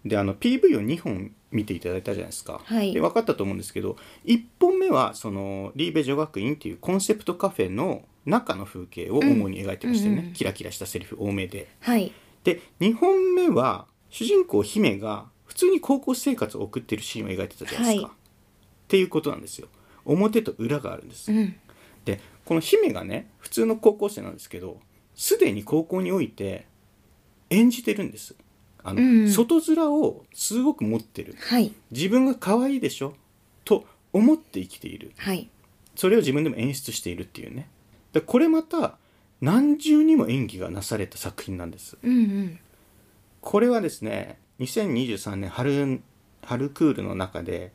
[SPEAKER 1] であの PV を2本見ていただいたじゃないですか、
[SPEAKER 2] はい
[SPEAKER 1] で分かったと思うんですけど1本目はそのリーベ女学院っていうコンセプトカフェの中の風景を主に描いてましたよね、
[SPEAKER 2] うんうんうん
[SPEAKER 1] キラキラしたセリフ多めで
[SPEAKER 2] はい
[SPEAKER 1] で2本目は主人公姫が普通に高校生活を送ってるシーンを描いてたじゃないですか、
[SPEAKER 2] はい
[SPEAKER 1] っていうことなんですよ表と裏があるんです、
[SPEAKER 2] うん
[SPEAKER 1] でこの姫がね普通の高校生なんですけどすでに高校において演じてるんですあの、
[SPEAKER 2] うん
[SPEAKER 1] 外面をすごく持ってる
[SPEAKER 2] はい
[SPEAKER 1] 自分が可愛いでしょと思って生きている
[SPEAKER 2] はい
[SPEAKER 1] それを自分でも演出しているっていうねでこれまた何重にも演技がなされた作品なんです
[SPEAKER 2] うんうん
[SPEAKER 1] これはですね2023年春春クールの中で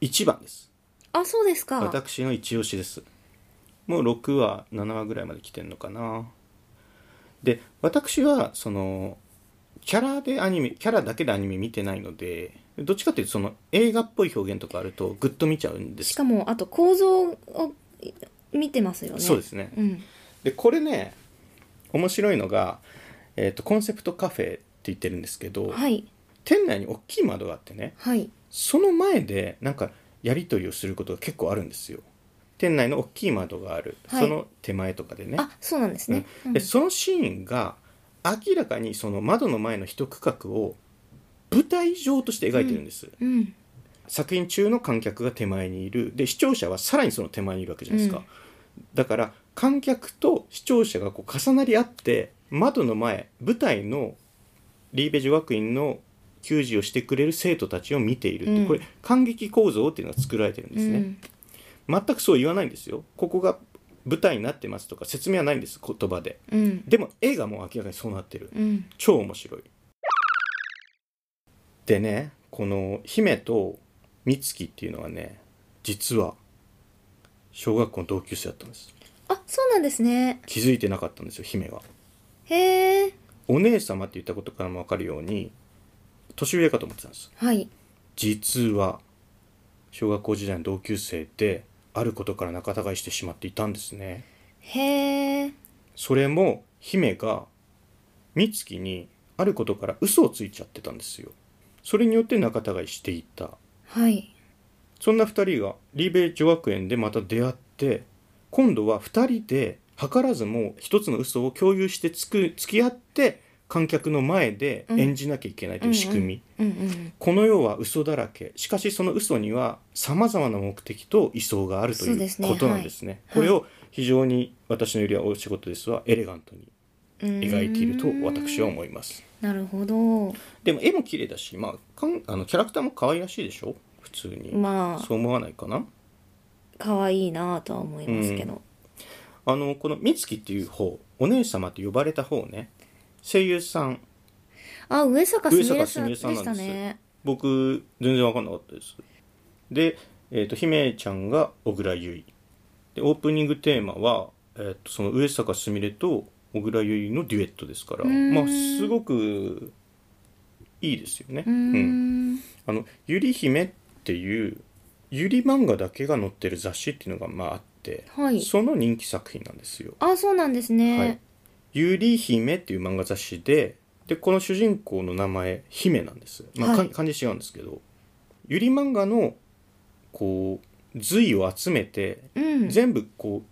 [SPEAKER 1] 一番です
[SPEAKER 2] あそうですか
[SPEAKER 1] 私の一押しですもう6話7話ぐらいまで来てんのかなで私はそのキャラでアニメキャラだけでアニメ見てないのでどっちかというとその映画っぽい表現とかあるとグッと見ちゃうんで
[SPEAKER 2] し
[SPEAKER 1] す、
[SPEAKER 2] かもあと構造を見てますよね
[SPEAKER 1] そうですね
[SPEAKER 2] うん
[SPEAKER 1] でこれね面白いのが、えー、とコンセプトカフェって言ってるんですけど、
[SPEAKER 2] はい
[SPEAKER 1] 店内に大きい窓があってね
[SPEAKER 2] はい
[SPEAKER 1] その前でなんかやり取りをすることが結構あるんですよ店内の大きい窓がある、
[SPEAKER 2] はい
[SPEAKER 1] その手前とかでね
[SPEAKER 2] あそうなんですね
[SPEAKER 1] うんでそのシーンが明らかにその窓の前の一区画を舞台上として描いてるんです、
[SPEAKER 2] うん
[SPEAKER 1] 作品中の観客が手前にいるで視聴者はさらにその手前にいるわけじゃないですか、だから観客と視聴者がこう重なり合って窓の前舞台のリーベ女学院の給仕をしてくれる生徒たちを見ているって、
[SPEAKER 2] うん
[SPEAKER 1] これ感激構造っていうのが作られてるんですね、全くそう言わないんですよここが舞台になってますとか説明はないんです言葉で
[SPEAKER 2] うんうん
[SPEAKER 1] でも絵がもう明らかにそうなってる
[SPEAKER 2] うん
[SPEAKER 1] 超面白いでねこの姫と美月っていうのはね実は小学校の同級生だったんです
[SPEAKER 2] あそうなんですね
[SPEAKER 1] 気づいてなかったんですよ姫が
[SPEAKER 2] へえ
[SPEAKER 1] お姉様って言ったことからも分かるように年上かと思ってたんです
[SPEAKER 2] はい
[SPEAKER 1] 実は小学校時代の同級生であることから仲違いしてしまっていたんですね
[SPEAKER 2] へえ
[SPEAKER 1] それも姫が美月にあることから嘘をついちゃってたんですよそれによって仲違いしていた
[SPEAKER 2] はい
[SPEAKER 1] そんな2人がリーベ女学園でまた出会って今度は2人で図らずも一つの嘘を共有してつく付き合って観客の前で演じなきゃいけないという仕組み、
[SPEAKER 2] うんうん
[SPEAKER 1] この世は嘘だらけしかしその嘘にはさまざまな目的と位相があると
[SPEAKER 2] そう
[SPEAKER 1] い
[SPEAKER 2] で
[SPEAKER 1] う
[SPEAKER 2] すね
[SPEAKER 1] ことなんですね。
[SPEAKER 2] は
[SPEAKER 1] こ
[SPEAKER 2] い
[SPEAKER 1] れを非常に私のよりはお仕事ですはエレガントに
[SPEAKER 2] うん
[SPEAKER 1] 描いていると私は思います。
[SPEAKER 2] なるほど
[SPEAKER 1] でも絵も綺麗だし、まあ、かんあのキャラクターも可愛らしいでしょ普通に、
[SPEAKER 2] まあ
[SPEAKER 1] そう思わないかな
[SPEAKER 2] 可愛いなとは思いますけど、
[SPEAKER 1] あのこの美月っていう方お姉様って呼ばれた方ね声優さん
[SPEAKER 2] あ上坂す
[SPEAKER 1] 上
[SPEAKER 2] みれ
[SPEAKER 1] 坂
[SPEAKER 2] さ
[SPEAKER 1] す
[SPEAKER 2] ん
[SPEAKER 1] み
[SPEAKER 2] で
[SPEAKER 1] れさんな
[SPEAKER 2] し
[SPEAKER 1] ん
[SPEAKER 2] た
[SPEAKER 1] です
[SPEAKER 2] ね
[SPEAKER 1] 僕全然分かんなかったですで、えー、と姫ちゃんが小倉優衣でオープニングテーマは、えー、とその上坂すみれと小倉優衣のデュエットですから
[SPEAKER 2] ん
[SPEAKER 1] まあすごくいいですよね
[SPEAKER 2] うーん
[SPEAKER 1] あの「ゆり姫」っていうゆり漫画だけが載ってる雑誌っていうのがまああって、
[SPEAKER 2] はい
[SPEAKER 1] その人気作品なんですよ
[SPEAKER 2] あそうなんです
[SPEAKER 1] はい
[SPEAKER 2] ね、
[SPEAKER 1] ゆり姫っていう漫画雑誌ででこの主人公の名前姫なんです、まあ
[SPEAKER 2] はい
[SPEAKER 1] か漢字違うんですけどゆり漫画のこう隋を集めて、
[SPEAKER 2] うん
[SPEAKER 1] 全部こ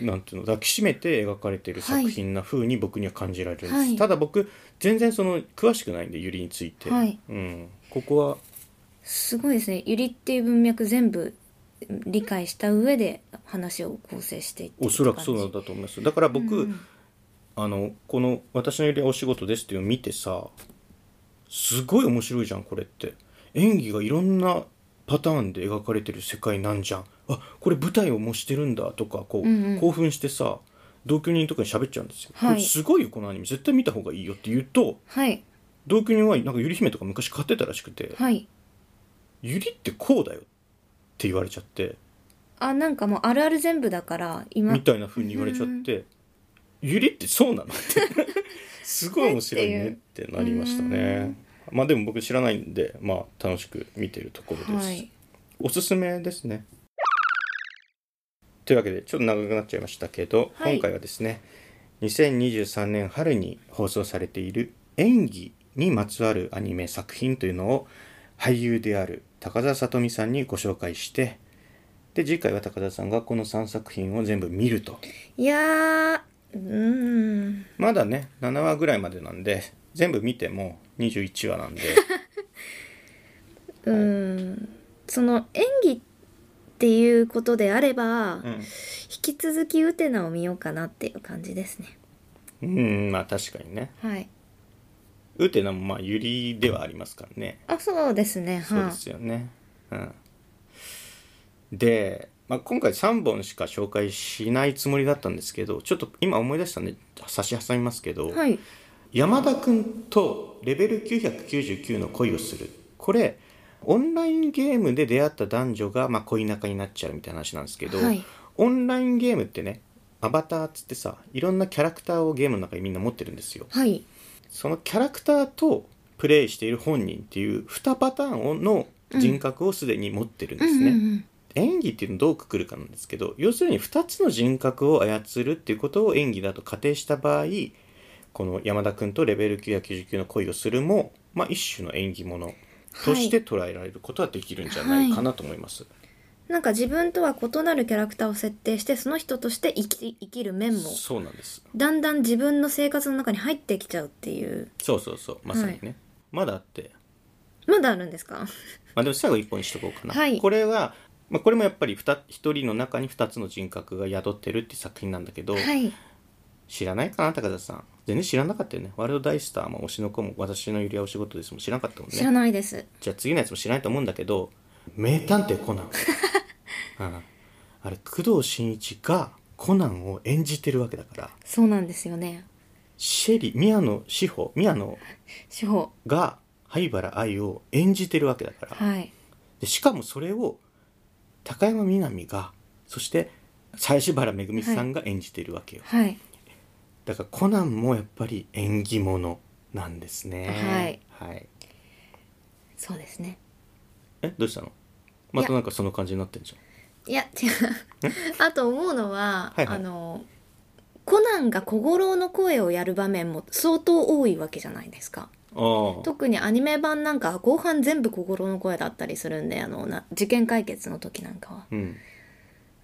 [SPEAKER 1] うなんていうの抱きしめて描かれてる作品な風に僕には感じられるんです、
[SPEAKER 2] はい
[SPEAKER 1] ただ僕全然その詳しくないんでゆりについて、
[SPEAKER 2] はい
[SPEAKER 1] うん、ここは
[SPEAKER 2] すごいですねゆりっていう文脈全部理解した上で話を構成していってる
[SPEAKER 1] おそらくそうなん
[SPEAKER 2] 感
[SPEAKER 1] だと思いますだから
[SPEAKER 2] じ
[SPEAKER 1] 僕、
[SPEAKER 2] うんうん
[SPEAKER 1] あのこの「私のよりお仕事です」っていうのを見てさすごい面白いじゃんこれって演技がいろんなパターンで描かれてる世界なんじゃんあこれ舞台を模してるんだとかこう、
[SPEAKER 2] うんうん
[SPEAKER 1] 興奮してさ同居人とかに喋っちゃうんですよ、
[SPEAKER 2] はい
[SPEAKER 1] これすごいよこのアニメ絶対見た方がいいよって言うと
[SPEAKER 2] はい
[SPEAKER 1] 同居人はなんかゆり姫とか昔買ってたらしくて
[SPEAKER 2] はい
[SPEAKER 1] 「ゆりってこうだよ」って言われちゃって
[SPEAKER 2] あなんかもうあるある全部だから今
[SPEAKER 1] みたいな風に言われちゃって「ゆりってそうなの?」ってすごい面白いねってなりましたね。まあでも僕知らないんで、まあ、楽しく見てるところです。
[SPEAKER 2] はい
[SPEAKER 1] おすすめですね。というわけでちょっと長くなっちゃいましたけど、
[SPEAKER 2] はい
[SPEAKER 1] 今回はですね2023年春に放送されている演技にまつわるアニメ作品というのを俳優である高澤さとみさんにご紹介してで次回は高田さんがこの3作品を全部見ると
[SPEAKER 2] いやーうーん
[SPEAKER 1] まだね7話ぐらいまでなんで全部見ても21話なんで
[SPEAKER 2] うーんその演技っていうことであれば、
[SPEAKER 1] う
[SPEAKER 2] 引
[SPEAKER 1] ん
[SPEAKER 2] き続きウテナを見ようかなっていう感じですね
[SPEAKER 1] うんまあ確かにね
[SPEAKER 2] はい
[SPEAKER 1] ウテナもまあユリではありますからね
[SPEAKER 2] あそうですね
[SPEAKER 1] そう
[SPEAKER 2] は
[SPEAKER 1] ですよね。うん、で、まあ、今回3本しか紹介しないつもりだったんですけどちょっと今思い出したんで差し挟みますけど、
[SPEAKER 2] い、はい、
[SPEAKER 1] 山田君とレベル999の恋をするこれオンラインゲームで出会った男女が、まあ、恋仲になっちゃうみたいな話なんですけど、
[SPEAKER 2] はい
[SPEAKER 1] オンラインゲームってねアバターっつってさいろんなキャラクターをゲームの中にみんな持ってるんですよ。
[SPEAKER 2] はい、
[SPEAKER 1] そのキャラクターとプレイしている本人っていう2パターンの人格をすでに持ってるんですね、
[SPEAKER 2] うんうん
[SPEAKER 1] 演技っていうのどうくくるかなんですけど要するに2つの人格を操るっていうことを演技だと仮定した場合この山田君とレベル999の恋をするも、まあ、一種の演技ものとして捉えられることはできるんじゃないかなと思います、
[SPEAKER 2] なんか自分とは異なるキャラクターを設定してその人として生き生きる面も
[SPEAKER 1] そうなんです
[SPEAKER 2] だんだん自分の生活の中に入ってきちゃうっていう
[SPEAKER 1] そうそうそうまさにね、まだあって
[SPEAKER 2] まだあるんですか
[SPEAKER 1] まあ、でも最後一本にしとこうかな、
[SPEAKER 2] はい
[SPEAKER 1] これは、まあ、これもやっぱり2一人の中に2つの人格が宿ってるって作品なんだけど、
[SPEAKER 2] はい
[SPEAKER 1] 知らないかな高田さん全然知らなかったよねワールドダイスターも推しの子も私のゆりはお仕事ですも知らなかったもんね
[SPEAKER 2] 知らないです
[SPEAKER 1] じゃあ次のやつも知らないと思うんだけど「名探偵コナン」うん、 あれ工藤新一がコナンを演じてるわけだから
[SPEAKER 2] そうなんですよね
[SPEAKER 1] シェリ宮野志保宮野
[SPEAKER 2] 司法
[SPEAKER 1] が灰原愛を演じてるわけだから、
[SPEAKER 2] はい
[SPEAKER 1] でしかもそれを高山みなみがそして林原めぐみさんが演じてるわけよ、
[SPEAKER 2] はい
[SPEAKER 1] だからコナンもやっぱり縁起物なんですねはい、
[SPEAKER 2] そうですね
[SPEAKER 1] えどうしたのまたなんかその感じになってんじ
[SPEAKER 2] いや違うあと思うのは、
[SPEAKER 1] はいはい
[SPEAKER 2] あのコナンが小五郎の声をやる場面も相当多いわけじゃないですか
[SPEAKER 1] ゃんああ
[SPEAKER 2] 特にアニメ版なんかは後半全部小五郎の声だったりするんであのな事件解決の時なんかは
[SPEAKER 1] うん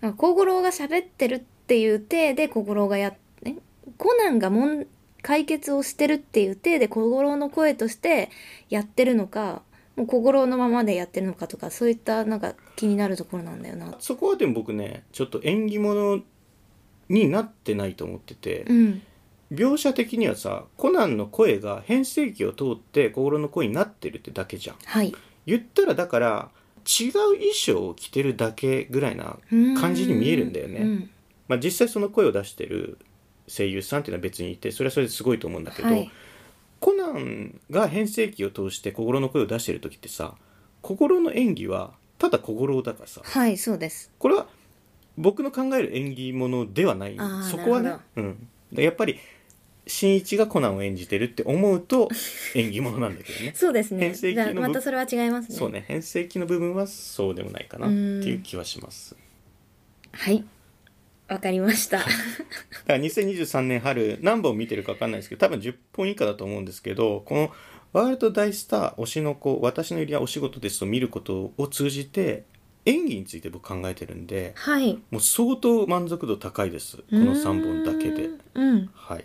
[SPEAKER 2] なんか小五郎が喋ってるっていう体で小五郎がやえコナンがもん解決をしてるっていう体で小五郎の声としてやってるのかもう小五郎のままでやってるのかとかそういったなんか気になるところなんだよな
[SPEAKER 1] そこはでも僕ねちょっと縁起物になってないと思ってて、
[SPEAKER 2] うん
[SPEAKER 1] 描写的にはさコナンの声が変声期を通って心の声になってるってだけじゃん
[SPEAKER 2] はい
[SPEAKER 1] 言ったらだから違う衣装を着てるだけぐらいな感じに見えるんだよね、
[SPEAKER 2] うん
[SPEAKER 1] まあ、実際その声を出してる声優さんっていうのは別にいてそれはそれですごいと思うんだけど、
[SPEAKER 2] はい
[SPEAKER 1] コナンが変声期を通して心の声を出してる時ってさ心の演技はただ心だからさ
[SPEAKER 2] はいそうです
[SPEAKER 1] これは僕の考える演技ものではない
[SPEAKER 2] あー
[SPEAKER 1] そこは
[SPEAKER 2] な
[SPEAKER 1] ね
[SPEAKER 2] る、
[SPEAKER 1] うん、でやっぱり新一がコナンを演じてるって思うと演技ものなんだけどね
[SPEAKER 2] そうですね
[SPEAKER 1] 変声期
[SPEAKER 2] じゃあ
[SPEAKER 1] の部
[SPEAKER 2] またそれは違いますね
[SPEAKER 1] そうね変声期の部分はそうでもないかなっ
[SPEAKER 2] う
[SPEAKER 1] て
[SPEAKER 2] ん
[SPEAKER 1] いう気はします
[SPEAKER 2] はいわかりました
[SPEAKER 1] だから2023年春何本見てるか分かんないですけど多分10本以下だと思うんですけどこの「ワールド大スター推しの子私の入りはお仕事です」と見ることを通じて演技について僕考えてるんで
[SPEAKER 2] はい
[SPEAKER 1] もう相当満足度高いですこの3本だけで
[SPEAKER 2] うーんうん
[SPEAKER 1] はい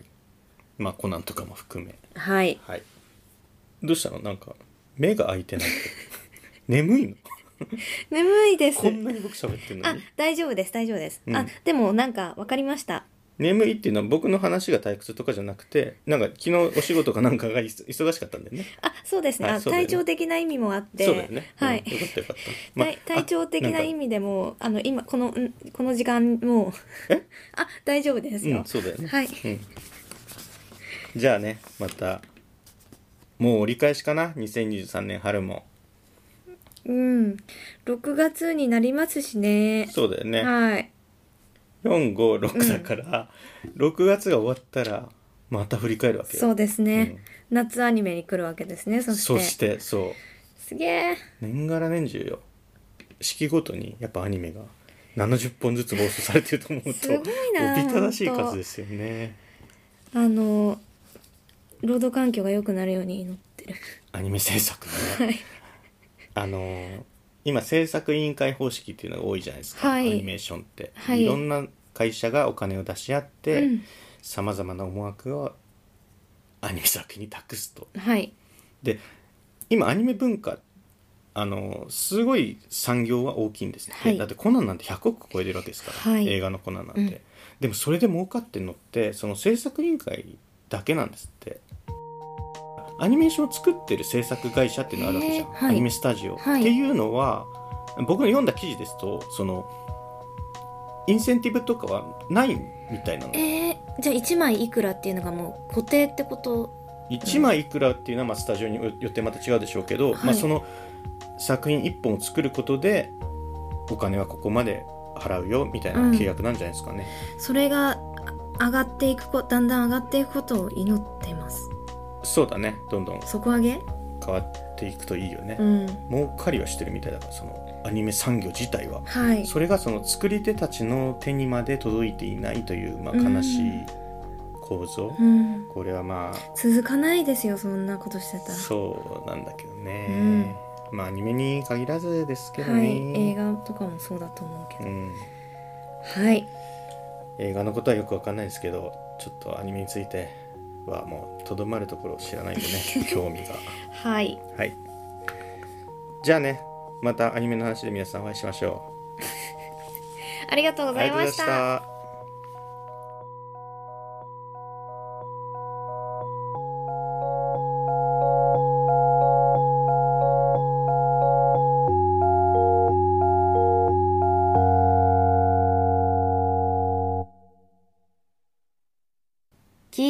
[SPEAKER 1] まあコナンとかも含め
[SPEAKER 2] はい
[SPEAKER 1] はいどうしたのなんか目が開いて ないって眠いの
[SPEAKER 2] 眠いです
[SPEAKER 1] こんなに僕喋ってるの
[SPEAKER 2] あ
[SPEAKER 1] に、
[SPEAKER 2] 大丈夫です、大丈夫です。
[SPEAKER 1] うん
[SPEAKER 2] あ、でもなんかわかりました。
[SPEAKER 1] 眠いっていうのは僕の話が退屈とかじゃなくてなんか昨日お仕事かなんかがいそ忙しかったんだよね
[SPEAKER 2] あ、そうですね。
[SPEAKER 1] はい
[SPEAKER 2] あ、
[SPEAKER 1] そうだよね
[SPEAKER 2] 体調的な意味もあって、
[SPEAKER 1] そうだよね、
[SPEAKER 2] は
[SPEAKER 1] うん
[SPEAKER 2] い。
[SPEAKER 1] よかったよかった、
[SPEAKER 2] 体体調的な
[SPEAKER 1] 味
[SPEAKER 2] 意味でも、あの今このんこの時間もう
[SPEAKER 1] え
[SPEAKER 2] あ、大丈夫です
[SPEAKER 1] う
[SPEAKER 2] よ
[SPEAKER 1] ん。そうだよね、
[SPEAKER 2] はい。
[SPEAKER 1] うん、じゃあねまたもう折り返しかな2023年春も
[SPEAKER 2] うん。6月になりますしね。
[SPEAKER 1] そうだよね、
[SPEAKER 2] はい。
[SPEAKER 1] 456だから、6月が終わったらまた振り返るわけよ
[SPEAKER 2] そうですね。夏アニメに来るわけですね。そし
[SPEAKER 1] そ
[SPEAKER 2] て。
[SPEAKER 1] してそう
[SPEAKER 2] すげえ。
[SPEAKER 1] 年がら年中よ式ごとにやっぱアニメが70本ずつ放送されてると思うと
[SPEAKER 2] すごいな
[SPEAKER 1] おびただしい
[SPEAKER 2] ほんと
[SPEAKER 1] 数ですよね
[SPEAKER 2] あの労働環境が良くなるように祈ってる。
[SPEAKER 1] アニメ制作
[SPEAKER 2] は
[SPEAKER 1] ね、
[SPEAKER 2] い。
[SPEAKER 1] あのー今制作委員会方式っていうのが多いじゃないですか、
[SPEAKER 2] はい
[SPEAKER 1] アニメーションって、
[SPEAKER 2] はい
[SPEAKER 1] ろんな会社がお金を出し合っ
[SPEAKER 2] う
[SPEAKER 1] て
[SPEAKER 2] ん
[SPEAKER 1] さまざまな思惑をアニメ作品に託すと
[SPEAKER 2] はい。
[SPEAKER 1] で今アニメ文化あのすごい産業は大きいんですって、
[SPEAKER 2] はい
[SPEAKER 1] だってコナンなんて100億超えてるわけですから、
[SPEAKER 2] はい
[SPEAKER 1] 映画のコナンなんて、
[SPEAKER 2] うん
[SPEAKER 1] でもそれで儲かってるのってその制作委員会だけなんですってアニメーションを作ってる制作会社っていうのがあるわけじゃん、
[SPEAKER 2] へーはい
[SPEAKER 1] アニメスタジオ、
[SPEAKER 2] はい
[SPEAKER 1] っていうのは僕の読んだ記事ですとそのインセンティブとかはないみたいなの
[SPEAKER 2] えー、じゃあ1枚いくらっていうのがもう固定ってこと
[SPEAKER 1] 1枚いくらっていうのはまあスタジオによってまた違うでしょうけど、
[SPEAKER 2] はい
[SPEAKER 1] まあ、その作品1本を作ることでお金はここまで払うよみたいな契約なんじゃないですかね、
[SPEAKER 2] それがあ上がっていくこだんだん上がっていくことを祈っています
[SPEAKER 1] そうだねどんどん
[SPEAKER 2] 底上げ
[SPEAKER 1] 変わっていくといいよね、
[SPEAKER 2] うん
[SPEAKER 1] 儲かりはしてるみたいだからそのアニメ産業自体は
[SPEAKER 2] はい
[SPEAKER 1] それがその作り手たちの手にまで届いていないという、まあ、悲しい構造、
[SPEAKER 2] うん
[SPEAKER 1] これはまあ
[SPEAKER 2] 続かないですよそんなことしてたら
[SPEAKER 1] そうなんだけどね、まあアニメに限らずですけどね、
[SPEAKER 2] はい映画とかもそうだと思うけ
[SPEAKER 1] う
[SPEAKER 2] ど、
[SPEAKER 1] ん
[SPEAKER 2] はい
[SPEAKER 1] 映画のことはよくわかんないですけどちょっとアニメについて はもうとどまるところを知らないとね興味が
[SPEAKER 2] はい
[SPEAKER 1] はいじゃあねまたアニメの話で皆さんお会いしましょう
[SPEAKER 2] ありがとうございました。
[SPEAKER 1] た
[SPEAKER 2] 聞